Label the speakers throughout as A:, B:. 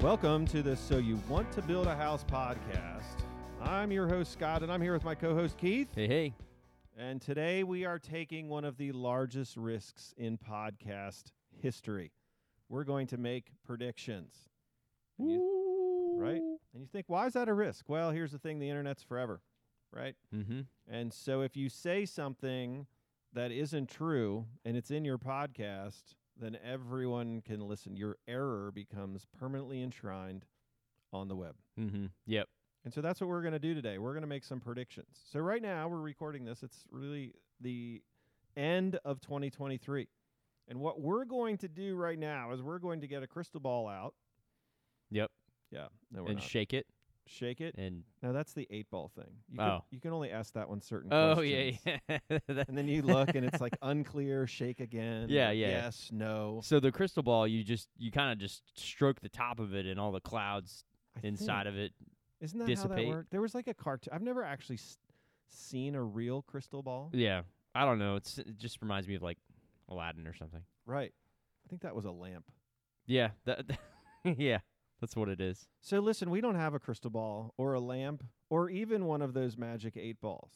A: Welcome to the So You Want to Build a House podcast. I'm your host, Scott, and I'm here with my co host, Keith.
B: Hey, hey.
A: And today we are taking one of the largest risks in podcast history. We're going to make predictions. And you- right? And you think, why is that a risk? Well, here's the thing the internet's forever, right?
B: Mm-hmm.
A: And so if you say something that isn't true and it's in your podcast, then everyone can listen. Your error becomes permanently enshrined on the web.
B: Mm-hmm. Yep.
A: And so that's what we're going to do today. We're going to make some predictions. So right now we're recording this. It's really the end of 2023. And what we're going to do right now is we're going to get a crystal ball out.
B: Yep.
A: Yeah. No, we're
B: and
A: not.
B: shake it.
A: Shake it.
B: And
A: Now that's the eight ball thing. You
B: Oh.
A: Can, you can only ask that one certain
B: oh
A: questions.
B: yeah, yeah. That-
A: And then you look and it's like unclear, shake again.
B: Yeah, yeah.
A: Yes, no.
B: so the crystal ball, you just you kind of just stroke the top of it, and all the clouds
A: I
B: inside
A: think.
B: of it.
A: Isn't that how that
B: dissipate.
A: worked? There was like a cartoon. I've never actually s- seen a real crystal ball.
B: Yeah. I don't know. It's it just reminds me of like Aladdin or something.
A: Right. I think that was a lamp.
B: Yeah. That. yeah. That's what it is.
A: So listen, we don't have a crystal ball or a lamp or even one of those magic eight balls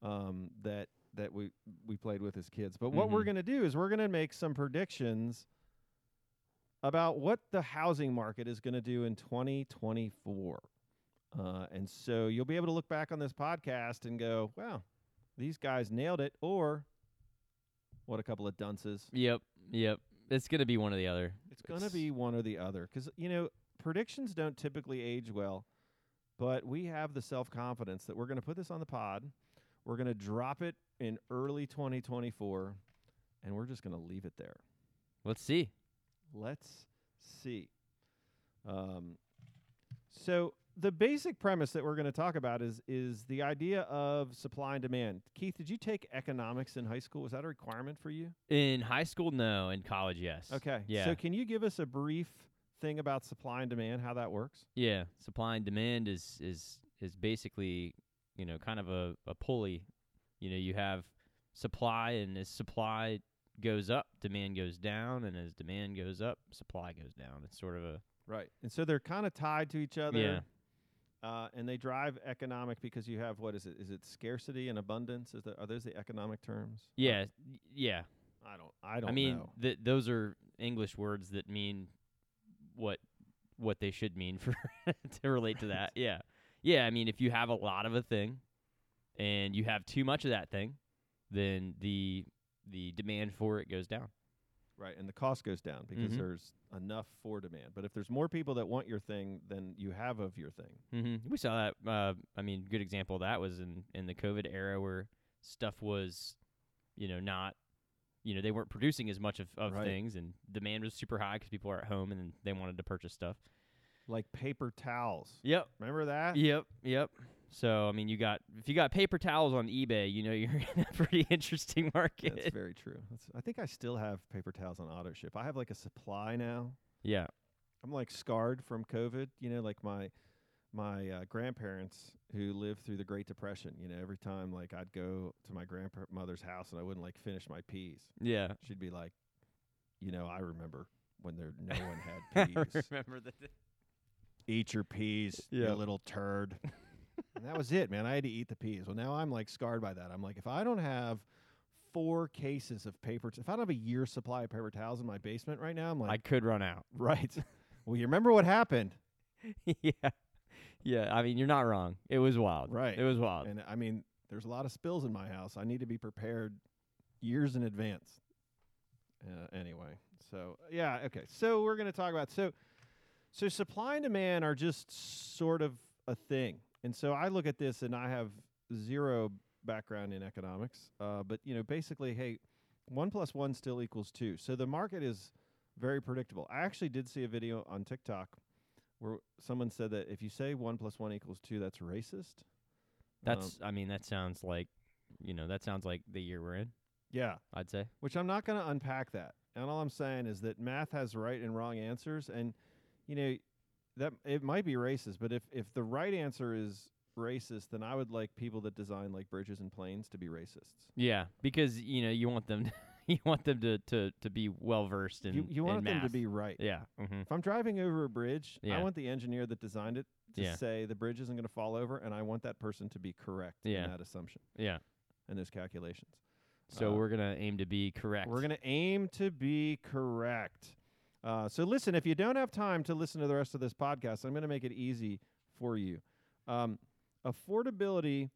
A: um, that that we we played with as kids. But what we're
B: Mhm.
A: going to do is we're going to make some predictions about what the housing market is going to do in 2024. Uh, and so you'll be able to look back on this podcast and go, "Wow, these guys nailed it," or "What a couple of dunces."
B: Yep. Yep. It's gonna be one or the other.
A: It's going to be one or the other because, you know, predictions don't typically age well, but we have the self confidence that we're going to put this on the pod. We're going to drop it in early 2024, and we're just going to leave it there.
B: Let's see.
A: Let's see. Um, so the basic premise that we're going to talk about is is the idea of supply and demand. Keith, did you take economics in high school? Was that a requirement for you?
B: In high school, no. In college, yes.
A: Okay.
B: Yeah.
A: So can you give us a brief thing about supply and demand, how that works?
B: Yeah, supply and demand is is is basically you know kind of a, a pulley. You know, you have supply, and as supply goes up, demand goes down, and as demand goes up, supply goes down. It's sort of a
A: Right. And so they're kind of tied to each other.
B: Yeah.
A: Uh, and they drive economic because you have what is it? Is it scarcity and abundance? Is there, are those the economic terms?
B: yeah, yeah.
A: I don't. I don't.
B: I mean,
A: know.
B: th- those are English words that mean what what they should mean for to relate to that. Yeah, yeah. I mean, if you have a lot of a thing and you have too much of that thing, then the the demand for it goes down.
A: right. And the cost goes down because
B: Mhm.
A: there's enough for demand. But if there's more people that want your thing than you have of your thing,
B: Mm-hmm. We saw that. Uh, I mean, good example of that was in in the COVID era where stuff was, you know, not, you know, they weren't producing as much of, of
A: Right.
B: things, and demand was super high because people are at home and they wanted to purchase stuff.
A: like paper towels.
B: Yep.
A: Remember that?
B: Yep. Yep. So I mean, you got if you got paper towels on eBay, you know, you're in a pretty interesting market.
A: That's very true. That's, I think I still have paper towels on auto ship. I have like a supply now.
B: yeah.
A: I'm like scarred from COVID. You know, like my my uh, grandparents who lived through the Great Depression. You know, every time like I'd go to my grandmother's house and I wouldn't like finish my peas,
B: Yeah.
A: she'd be like, "You know, I remember when there no one
B: I
A: had peas.
B: remember that.
A: Eat your peas,
B: Yeah.
A: you little turd." and that was it, man. I had to eat the peas. Well, now I'm like scarred by that. I'm like, if I don't have four cases of paper, t- if I don't have a year's supply of paper towels in my basement right now, I'm like,
B: I could run out.
A: right. Well, you remember what happened.
B: yeah. Yeah. I mean, you're not wrong. It was wild.
A: Right.
B: It was wild.
A: And I mean, there's a lot of spills in my house. I need to be prepared years in advance. Uh, anyway, so yeah, okay. So we're going to talk about so so supply and demand are just sort of a thing. And so I look at this and I have zero background in economics, uh, but you know, basically, hey, one plus one still equals two. So the market is very predictable. I actually did see a video on TikTok where someone said that if you say one plus one equals two, that's racist.
B: That's. I mean, that sounds like, you know, that sounds like the year we're in.
A: Yeah,
B: I'd say.
A: which I'm not going to unpack that. And all I'm saying is that math has right and wrong answers, and you know that it might be racist, but if if the right answer is racist, then I would like people that design like bridges and planes to be racists.
B: Yeah, because you know you want them. you want them to to to be well versed in
A: you, you want
B: in
A: them to
B: math.
A: be right.
B: yeah. Mm-hmm.
A: If I'm driving over a bridge,
B: Yeah.
A: I want the engineer that designed it to
B: Yeah.
A: say the bridge isn't going to fall over, and I want that person to be correct
B: Yeah.
A: in that assumption
B: Yeah.
A: and those calculations.
B: So
A: Uh,
B: we're gonna aim to be correct.
A: We're going to aim to be correct. Uh, so listen, if you don't have time to listen to the rest of this podcast, I'm going to make it easy for you. Um, affordability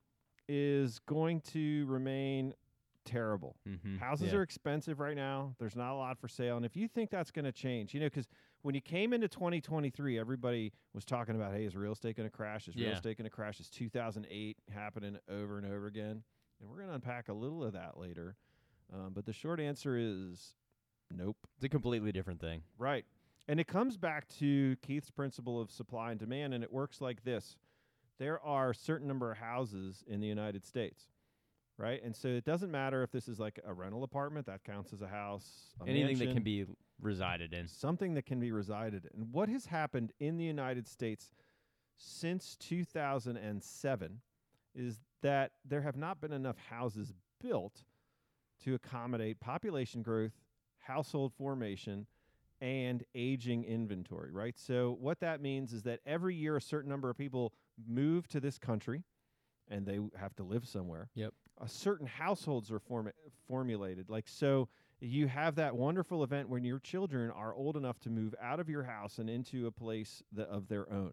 A: is going to remain terrible.
B: mm-hmm.
A: Houses are expensive right now. There's not a lot for sale. And if you think that's going to change, you know, because when you came into 2023, everybody was talking about, hey, is real estate going to crash? Is real
B: Yeah.
A: estate going to crash? Is 2008 happening over and over again? And we're going to unpack a little of that later. Um, but the short answer is nope.
B: It's a completely different thing.
A: Right. And it comes back to Keith's principle of supply and demand, and it works like this there are a certain number of houses in the United States. Right, and so it doesn't matter if this is like a rental apartment that counts as a house, a
B: Anything that
A: mansion,
B: can be resided in.
A: something that can be resided in. What has happened in the United States since 2007 is that there have not been enough houses built to accommodate population growth, household formation, and aging inventory, right? So, what that means is that every year a certain number of people move to this country and they have to live somewhere.
B: Yep.
A: A certain households are form- formulated. Like, so you have that wonderful event when your children are old enough to move out of your house and into a place that of their own.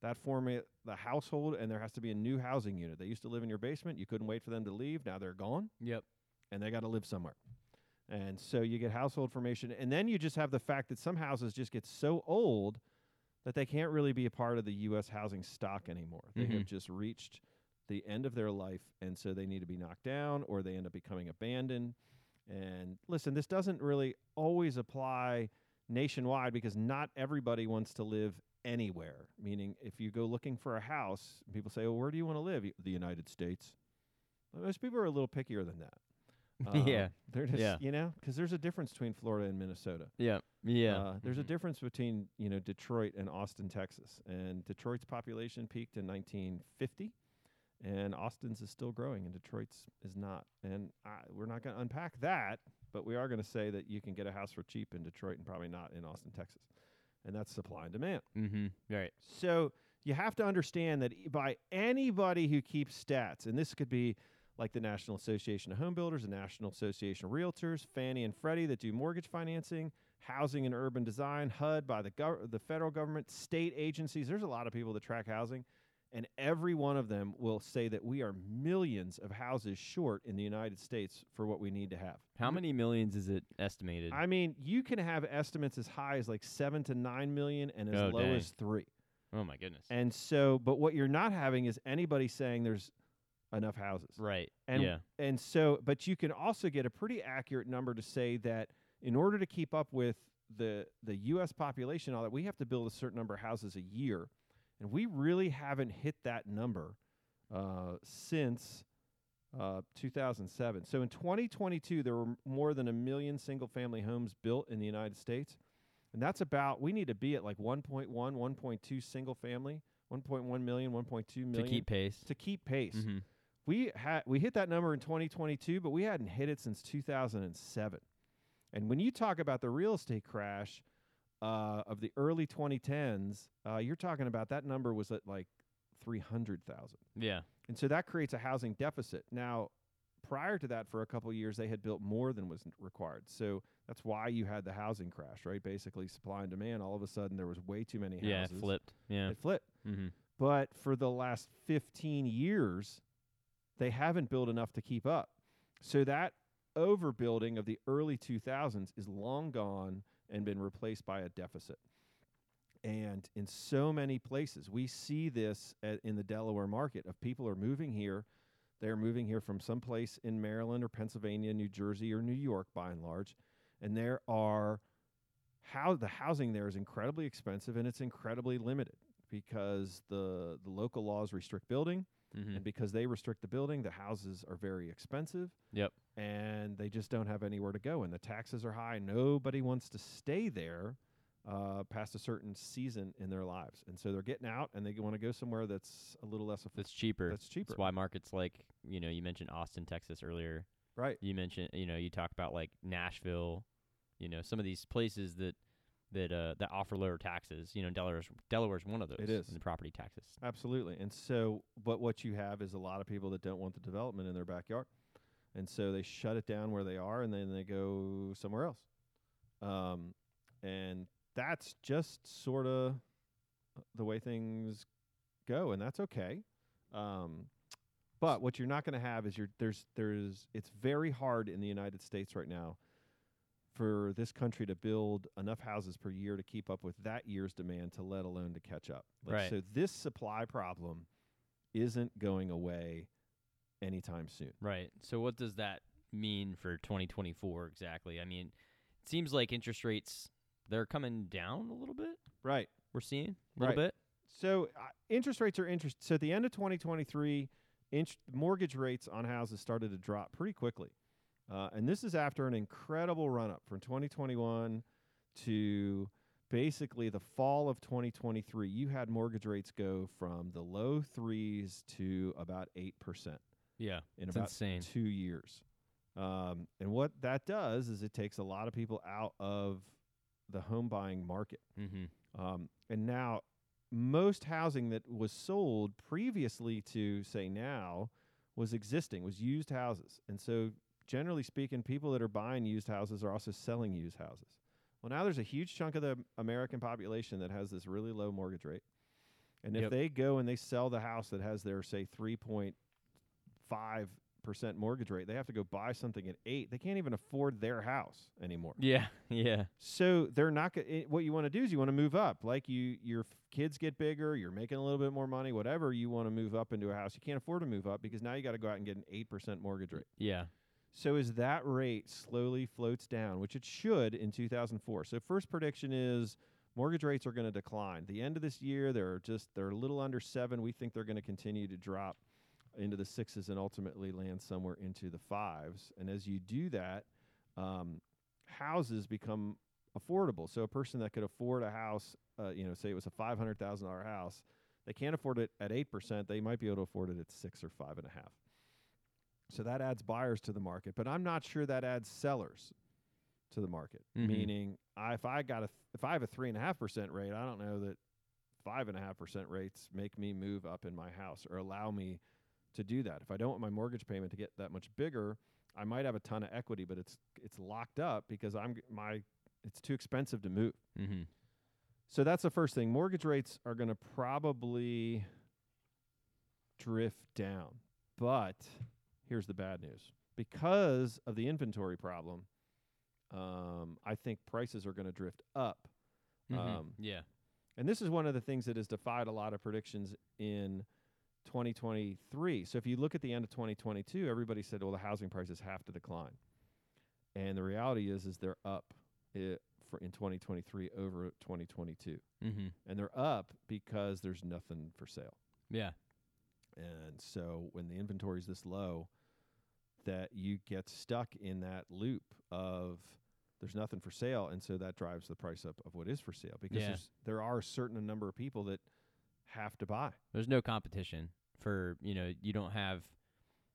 A: That form the household, and there has to be a new housing unit. They used to live in your basement. You couldn't wait for them to leave. Now they're gone
B: Yep.
A: and they got to live somewhere. And so you get household formation. And then you just have the fact that some houses just get so old that they can't really be a part of the U.S. housing stock anymore. They have
B: Mhm.
A: just reached the end of their life. And so they need to be knocked down or they end up becoming abandoned. And listen, this doesn't really always apply nationwide because not everybody wants to live anywhere. Meaning, if you go looking for a house, people say, Well, where do you want to live? "Y- The United States. Most people are a little pickier than that. Um,
B: Yeah.
A: They're just,
B: Yeah.
A: you know, because there's a difference between Florida and Minnesota.
B: Yep. Yeah.
A: Uh, there's a
B: Mhm.
A: difference between, you know, Detroit and Austin, Texas. And Detroit's population peaked in 1950, and Austin's is still growing, and Detroit's is not. And I, we're not going to unpack that, but we are going to say that you can get a house for cheap in Detroit and probably not in Austin, Texas. And that's supply and demand.
B: Mm-hmm. Right.
A: So you have to understand that e- by anybody who keeps stats, and this could be like the National Association of Home Builders, the National Association of Realtors, Fannie and Freddie that do mortgage financing, housing and urban design, HUD by the gov- the federal government, state agencies. There's a lot of people that track housing, and every one of them will say that we are millions of houses short in the United States for what we need to have.
B: How many millions is it estimated?
A: Mm-hmm. I mean, you can have estimates as high as like 7 to 9 million and as
B: Oh,
A: low
B: dang.
A: as 3.
B: oh my goodness.
A: And so, but what you're not having is anybody saying there's enough houses.
B: right.
A: and-
B: yeah.
A: And so, but you can also get a pretty accurate number to say that in order to keep up with the the US population and all that, we have to build a certain number of houses a year. And we really haven't hit that number uh, since uh, 2007. So in 2022, there were m- more than a million single family homes built in the United States. And that's about, we need to be at like 1.1, 1.2 single family, 1.1 million, 1.2 million
B: To keep pace.
A: to keep pace.
B: Mhm.
A: We had we hit that number in 2022, but we hadn't hit it since 2007. And when you talk about the real estate crash uh, of the early 2010s, uh, you're talking about that number was at like 300,000.
B: Yeah.
A: And so that creates a housing deficit. Now, prior to that, for a couple of years, they had built more than was n- required. So that's why you had the housing crash, right? Basically, supply and demand. All of a sudden, there was way too many houses.
B: Yeah. Flipped. Yeah.
A: It flipped.
B: Mm-hmm.
A: But for the last 15 years, they haven't built enough to keep up. So that overbuilding of the early 2000s is long gone and been replaced by a deficit. And in so many places, we see this at, in the Delaware market of people are moving here. They're moving here from someplace in Maryland or Pennsylvania, New Jersey or New York by and large. And there are how the housing there is incredibly expensive and it's incredibly limited because the, the local laws restrict building
B: Mm-hmm.
A: and because they restrict the building the houses are very expensive
B: Yep.
A: and they just don't have anywhere to go and the taxes are high nobody wants to stay there uh, past a certain season in their lives and so they're getting out and they want to go somewhere that's a little less affordable
B: That's cheaper.
A: that's cheaper
B: That's why markets like you know you mentioned Austin, Texas earlier.
A: Right.
B: you mentioned you know you talk about like Nashville, you know some of these places that that uh that offer lower taxes. You know Delaware's Delaware's one of those.
A: It is.
B: in the property taxes.
A: Absolutely. And so, but what you have is a lot of people that don't want the development in their backyard. And so they shut it down where they are and then they go somewhere else. Um, and that's just sort of the way things go. And that's okay. Um, but what you're not going to have is your there's there's it's very hard in the United States right now for this country to build enough houses per year to keep up with that year's demand to let alone to catch up.
B: Right.
A: So this supply problem isn't going away anytime soon.
B: Right. So what does that mean for 2024 exactly? I mean, it seems like interest rates they're coming down a little bit.
A: Right.
B: We're seeing a little bit.
A: So uh, interest rates are interest. So at the end of 2023, int- mortgage rates on houses started to drop pretty quickly, uh, and this is after an incredible run up from 2021 to basically the fall of 2023. You had mortgage rates go from the low threes to about eight percent
B: Yeah.
A: in
B: It's
A: about
B: insane.
A: two years. Um, and what that does is it takes a lot of people out of the home buying market.
B: Mm-hmm.
A: Um, and now, most housing that was sold previously to say now was existing, was used houses. And so, generally speaking, people that are buying used houses are also selling used houses. Well, now there's a huge chunk of the American population that has this really low mortgage rate. And if
B: Yep.
A: they go and they sell the house that has their, say, 3.5% mortgage rate, they have to go buy something at eight. They can't even afford their house anymore.
B: Yeah. Yeah.
A: So they're not go- i- what you want to do is you want to move up. Like you your f- kids get bigger, you're making a little bit more money, whatever, you want to move up into a house. You can't afford to move up because now you got to go out and get an 8% mortgage rate.
B: Yeah.
A: So as that rate slowly floats down, which it should in 2004. So first prediction is mortgage rates are going to decline. The end of this year, they're just they're a little under 7. We think they're going to continue to drop into the 6s and ultimately land somewhere into the 5s. And as you do that, um, houses become affordable. So a person that could afford a house, uh, you know, say it was a $500,000 house, they can't afford it at 8%. They might be able to afford it at 6 or 5.5. So that adds buyers to the market, but I'm not sure that adds sellers to the market.
B: Mhm.
A: Meaning, I, if I got a th- if I have a three and a half percent rate, I don't know that five and a half percent rates make me move up in my house or allow me to do that. If I don't want my mortgage payment to get that much bigger, I might have a ton of equity, but it's it's locked up because I'm g- my it's too expensive to move.
B: Mm-hmm.
A: So that's the first thing. Mortgage rates are going to probably drift down. But here's the bad news because of the inventory problem, um, I think prices are going to drift up. Um,
B: Mm-hmm. yeah.
A: And this is one of the things that has defied a lot of predictions in 2023. So if you look at the end of 2022, everybody said, well, the housing prices have to decline. And the reality is, is they're up i for in 2023 over 2022
B: Mm-hmm.
A: and they're up because there's nothing for sale.
B: Yeah.
A: And so when the inventory's this low, that you get stuck in that loop of there's nothing for sale, and so that drives the price up of what is for sale because
B: Yeah.
A: there's there are a certain number of people that have to buy.
B: There's no competition for you know you don't have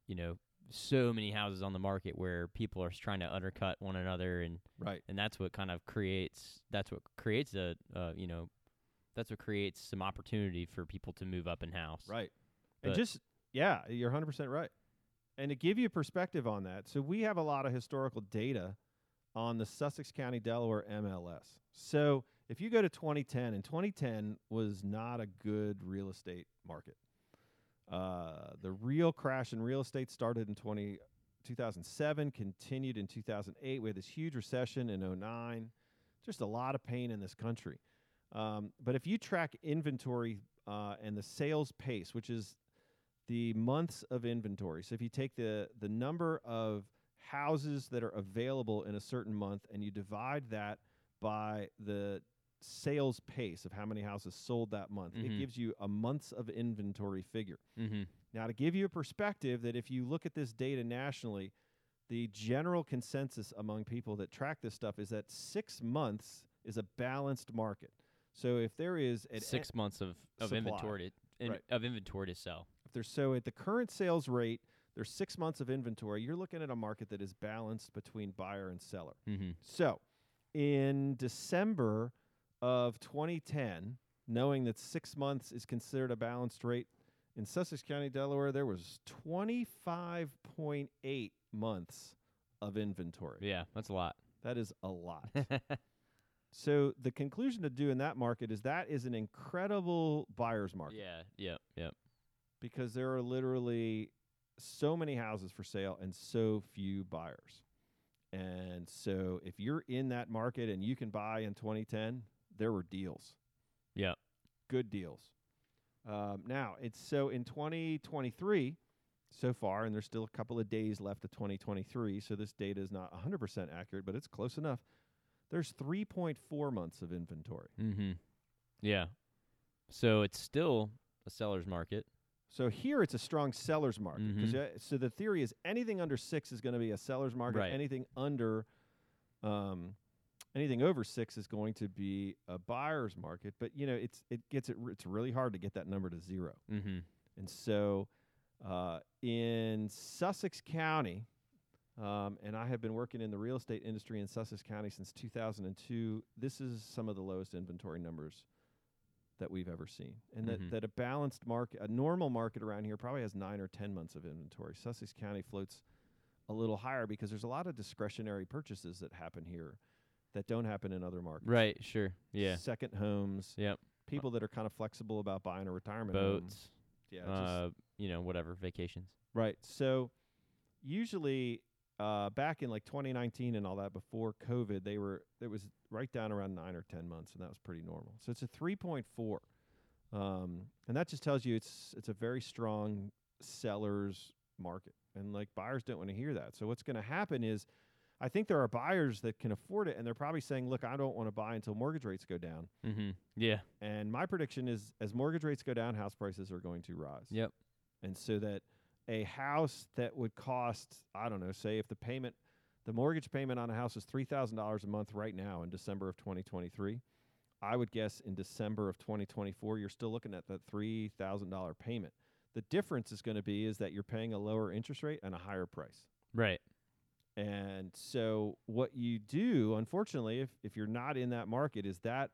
B: you know so many houses on the market where people are s- trying to undercut one another and
A: Right.
B: and that's what kind of creates that's what creates a uh, you know that's what creates some opportunity for people to move up in house
A: Right. And
B: But-
A: just yeah, you're 100% right. And to give you perspective on that, so we have a lot of historical data on the Sussex County Delaware MLS. So if you go to 2010, and 2010 was not a good real estate market. Uh, the real crash in real estate started in 20, 2007, continued in 2008. We had this huge recession in 09. Just a lot of pain in this country. Um, but if you track inventory uh, and the sales pace, which is the months of inventory. So if you take the the number of houses that are available in a certain month and you divide that by the sales pace of how many houses sold that month, it
B: Mhm.
A: gives you a months of inventory figure.
B: mm-hmm.
A: Now, to give you a perspective, that if you look at this data nationally, the general consensus among people that track this stuff is that six months is a balanced market. So if there is at
B: six months of of
A: Supply.
B: inventory to, in,
A: Right.
B: of inventory to sell
A: if there's so at the current sales rate, There's six months of inventory. You're looking at a market that is balanced between buyer and seller.
B: Mm-hmm.
A: So, in December of 2010, knowing that six months is considered a balanced rate in Sussex County, Delaware, there was 25.8 months of inventory.
B: Yeah, that's a lot.
A: That is a lot. so, the conclusion to do in that market is that is an incredible buyer's market
B: Yeah, yep, yep.
A: because there are literally so many houses for sale and so few buyers. And so if you're in that market and you can buy in 2010, there were deals.
B: Yep.
A: Good deals. Um, now, it's so in 2023 so far, and there's still a couple of days left of 2023, so this data is not 100% accurate, but it's close enough. There's 3.4 months of inventory.
B: Mm-hmm. Yeah. So it's still a seller's market.
A: So here it's a strong seller's market. 'cause, uh, so the theory is anything under six is going to be a seller's market.
B: Right.
A: Anything under, um, anything over six is going to be a buyer's market. But you know, it's it gets it. r- It's really hard to get that number to zero.
B: Mm-hmm.
A: And so, uh, in Sussex County, um, and I have been working in the real estate industry in Sussex County since 2002. This is some of the lowest inventory numbers that we've ever seen, and that,
B: Mhm.
A: that a balanced market, a normal market around here, probably has nine or ten months of inventory. Sussex County floats a little higher because there's a lot of discretionary purchases that happen here that don't happen in other markets.
B: Right, sure. Yeah.
A: Second homes.
B: Yep.
A: People that are kind of flexible about buying a retirement home.
B: Boats,
A: Yeah. just-
B: uh, you know, whatever, vacations.
A: Right. So usually uh, back in like 2019 and all that before COVID, they were it was right down around nine or ten months, and that was pretty normal. So it's a 3.4, um, and that just tells you it's it's a very strong seller's market, and like buyers don't want to hear that. So what's going to happen is, I think there are buyers that can afford it, and they're probably saying, "Look, I don't want to buy until mortgage rates go down."
B: Mm-hmm. Yeah.
A: And my prediction is as mortgage rates go down, house prices are going to rise.
B: Yep.
A: And so that a house that would cost, I don't know, say if the payment the mortgage payment on a house is $3,000 a month right now in December of 2023, I would guess in December of 2024 you're still looking at that $3,000 payment. The difference is going to be is that you're paying a lower interest rate and a higher price.
B: Right.
A: And so what you do, unfortunately, if, if you're not in that market, is that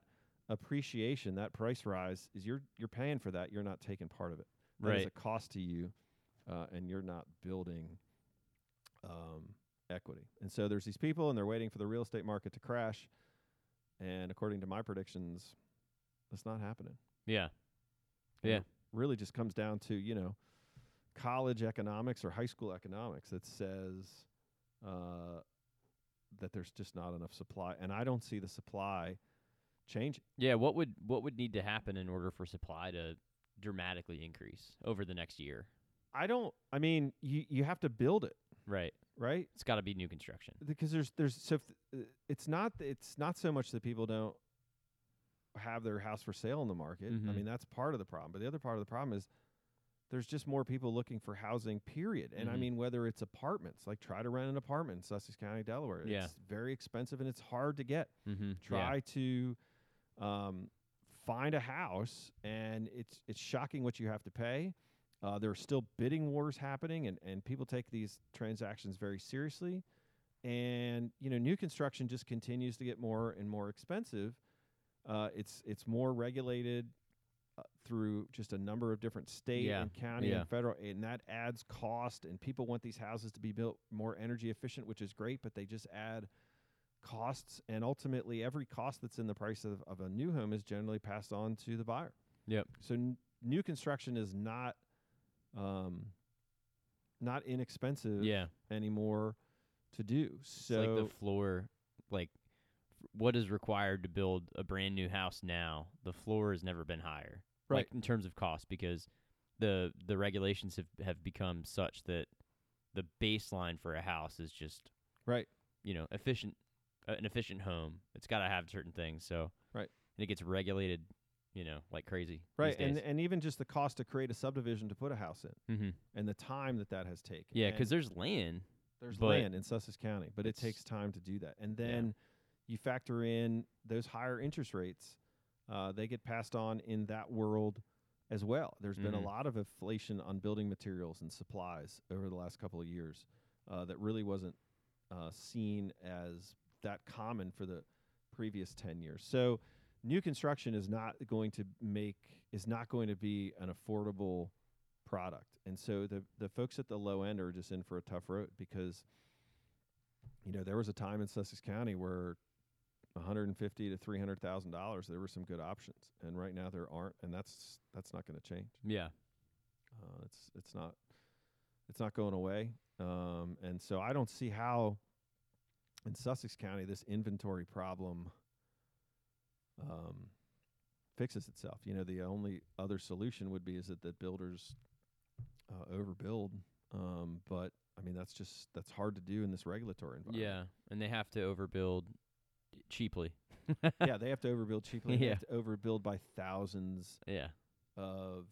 A: appreciation, that price rise, is you're you're paying for that. You're not taking part of it. That is
B: Right.
A: a cost to you, uh, and you're not building um, equity. And so there's these people, and they're waiting for the real estate market to crash. And according to my predictions, that's not happening.
B: Yeah.
A: And
B: Yeah.
A: it really just comes down to, you know, college economics or high school economics that says uh, that there's just not enough supply. And I don't see the supply changing.
B: Yeah. What would what would need to happen in order for supply to dramatically increase over the next year?
A: I don't, I mean, you, you have to build it,
B: Right.
A: right?
B: It's got to be new construction.
A: because there's there's so if, th- uh, it's not th- it's not so much that people don't have their house for sale in the market. I
B: Mhm.
A: mean that's part of the problem, but the other part of the problem is there's just more people looking for housing. Period. And I
B: Mhm.
A: mean whether it's apartments, like try to rent an apartment in Sussex County, Delaware.
B: Yeah.
A: It's very expensive and it's hard to get
B: Mm-hmm.
A: try to um, find a house and it's it's shocking what you have to pay uh, there are still bidding wars happening and, and people take these transactions very seriously and you know new construction just continues to get more and more expensive uh, it's it's more regulated uh, through just a number of different state
B: Yeah,
A: and county
B: yeah.
A: and federal and that adds cost and people want these houses to be built more energy efficient which is great but they just add costs and ultimately every cost that's in the price of, of a new home is generally passed on to the buyer
B: Yep.
A: so n- new construction is not um, not inexpensive
B: Yeah.
A: anymore to do so
B: it's like the floor, like f- what is required to build a brand new house now. The floor has never been higher,
A: Right.
B: Like in terms of cost, because the the regulations have have become such that the baseline for a house is just
A: Right.
B: You know, efficient, uh, an efficient home. It's got to have certain things. So
A: Right.
B: and it gets regulated, you know, like crazy.
A: right and and even just the cost to create a subdivision to put a house in
B: mm-hmm.
A: and the time that that has taken
B: yeah,
A: And
B: because there's land.
A: there's
B: but
A: land in Sussex County, but it
B: it's-
A: takes time to do that. And
B: Yeah.
A: then you factor in those higher interest rates; uh, they get passed on in that world as well. There's been a
B: Mhm.
A: lot of inflation on building materials and supplies over the last couple of years uh, that really wasn't uh, seen as that common for the previous 10 years. So new construction is not going to make is not going to be an affordable product. And so the the folks at the low end are just in for a tough road because you know there was a time in Sussex County where 150 to 300,000 dollars there were some good options and right now there aren't and that's that's not going to change.
B: Yeah.
A: Uh, it's it's not it's not going away. Um, and so I don't see how in Sussex County this inventory problem um, fixes itself. You know, the only other solution would be is that the builders uh, overbuild. Um, but I mean, that's just that's hard to do in this regulatory environment.
B: Yeah. And they have to overbuild cheaply.
A: yeah, they have to overbuild cheaply. They
B: Yeah.
A: have to overbuild by thousands
B: Yeah.
A: of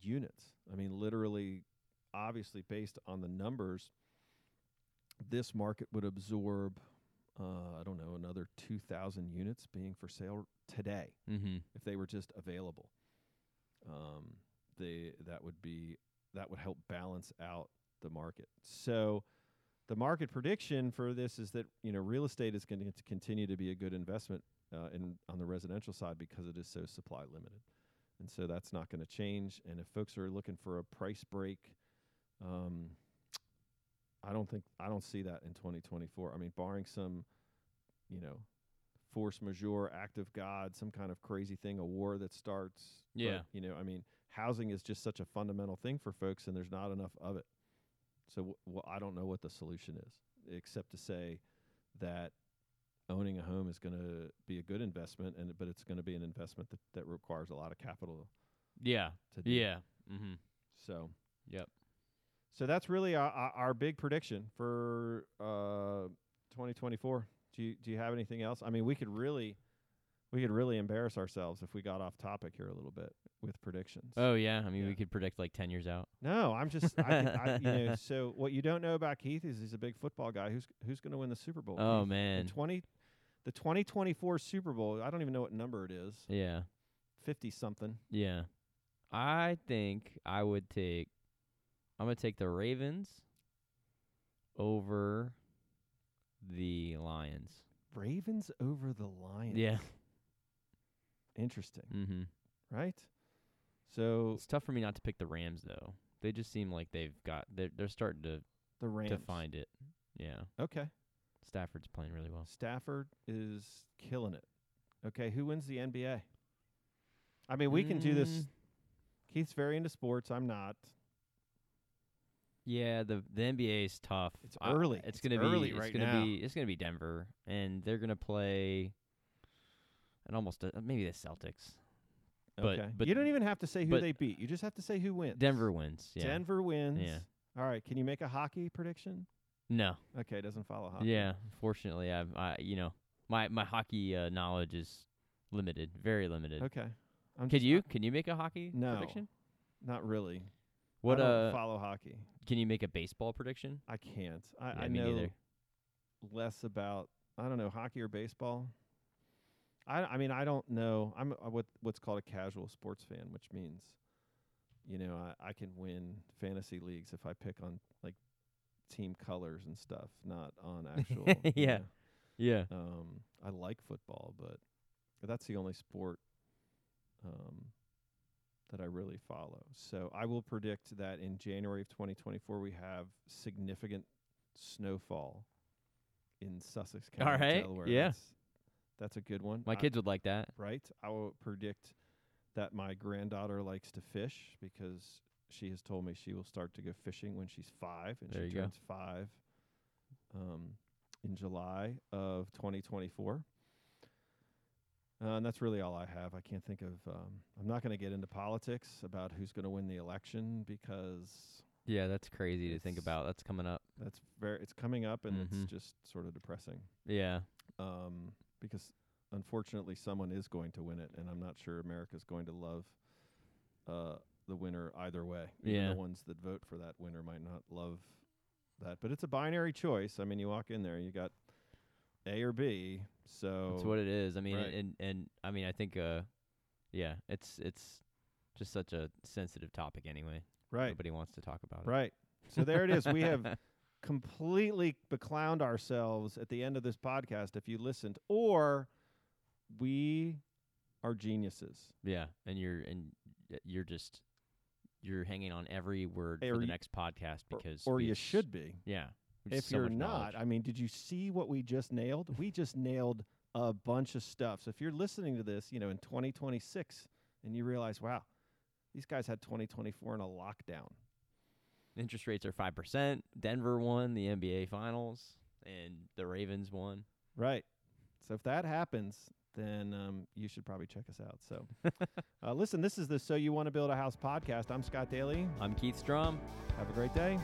A: units. I mean, literally, obviously, based on the numbers, this market would absorb, uh, I don't know, another 2,000 units being for sale today
B: Mm-hmm.
A: if they were just available. Um, they that would be that would help balance out the market. So the market prediction for this is that you know real estate is going to continue to be a good investment uh, in on the residential side because it is so supply limited, and so that's not going to change. And if folks are looking for a price break, um, I don't think I don't see that in 2024. I mean, barring some, you know, force majeure, act of God, some kind of crazy thing, a war that starts. but,
B: Yeah.
A: you know, I mean, housing is just such a fundamental thing for folks, and there's not enough of it. So w- well, I don't know what the solution is, except to say that owning a home is going to be a good investment, and but it's going to be an investment that, that requires a lot of capital
B: Yeah.
A: to do.
B: Yeah. Mm-hmm.
A: So.
B: Yep.
A: So that's really our, our our big prediction for uh, 2024. Do you do you have anything else? I mean, we could really we could really embarrass ourselves if we got off topic here a little bit with predictions.
B: Oh yeah. I mean,
A: Yeah.
B: we could predict like ten years out.
A: No, I'm just I, could, I you know. So what you don't know about Keith is he's a big football guy. Who's who's going to win the Super Bowl?
B: Oh
A: Keith? The
B: man.
A: 20 the 2024 Super Bowl. I don't even know what number it is.
B: Yeah.
A: 50 something.
B: Yeah. I think I would take. I'm gonna take the Ravens over the Lions.
A: Ravens over the Lions.
B: Yeah.
A: Interesting,
B: Mm-hmm.
A: right? So
B: It's tough for me not to pick the Rams though. They just seem like they've got they're they're starting to
A: the Rams.
B: to find it. Yeah.
A: Okay.
B: Stafford's playing really well.
A: Stafford is killing it. Okay, who wins the NBA? I mean, we can do this.
B: Mm,
A: Keith's very into sports. I'm not.
B: Yeah, the the NBA's tough.
A: It's early.
B: It's
A: It's
B: gonna
A: early
B: be it's
A: right
B: gonna
A: now.
B: be it's gonna be Denver, and they're gonna play. And almost uh, maybe the Celtics. But-
A: okay.
B: but-
A: you don't even have to say who
B: but-
A: they beat. You just have to say who wins.
B: Denver wins. Yeah.
A: Denver wins.
B: Yeah.
A: All right. Can you make a hockey prediction?
B: No.
A: Okay, it doesn't follow hockey.
B: Yeah. Fortunately, I've I you know my my hockey uh, knowledge is limited, very limited.
A: Okay. I'm
B: Could
A: just-
B: you can you make a hockey
A: No.
B: prediction?
A: Not really.
B: What
A: I don't
B: uh?
A: follow hockey.
B: Can you make a baseball prediction?
A: I can't. I,
B: Yeah,
A: I
B: me
A: know
B: neither.
A: less about I don't know hockey or baseball. I I mean I don't know. I'm a- what what's called a casual sports fan, which means you know I I can win fantasy leagues if I pick on like team colors and stuff, not on actual. you
B: Yeah.
A: know.
B: Yeah.
A: Um, I like football, but that's the only sport um, that I really follow. So I will predict that in January of 2024 we have significant snowfall in Sussex County,
B: All right,
A: Delaware.
B: yeah.
A: That's, that's a good one.
B: My
A: I-
B: kids would like that.
A: right? I will predict that my granddaughter likes to fish because she has told me she will start to go fishing when she's five, and
B: There you
A: she
B: go.
A: turns five um, in July of 2024. Uh, and that's really all I have. I can't think of. Um, I'm not going to get into politics about who's going to win the election because
B: Yeah, that's crazy to think
A: It's-
B: about. That's coming up.
A: that's very. It's coming up, and
B: Mhm.
A: it's just sort of depressing
B: Yeah.
A: um, because unfortunately someone is going to win it, and I'm not sure America's going to love uh, the winner either way. Even
B: Yeah.
A: The ones that vote for that winner might not love that, but it's a binary choice. I mean, you walk in there, you got A or B. So
B: That's what it is. I mean,
A: right.
B: and and I mean, I think uh, yeah, it's it's Just such a sensitive topic anyway.
A: Right.
B: Nobody wants to talk about it.
A: Right. So there it is. We have completely beclowned ourselves at the end of this podcast if you listened, or we are geniuses.
B: Yeah, and you're and y- you're just you're hanging on every word
A: Or
B: for
A: y-
B: the next podcast
A: or-
B: because
A: Or
B: we
A: you
B: have s-
A: should be.
B: Yeah. we have
A: If
B: so
A: you're
B: much
A: not,
B: knowledge.
A: I mean, did you see what we just nailed? We just nailed a bunch of stuff. So if you're listening to this, you know, in 2026 and you realize, wow, these guys had 2024 in a lockdown.
B: interest rates are five percent. Denver won the NBA Finals, and the Ravens won.
A: Right. So if that happens, then um, you should probably check us out. So uh, listen, this is the So You Want to Build a House podcast. I'm Scott Daly.
B: I'm Keith Strom.
A: Have a great day.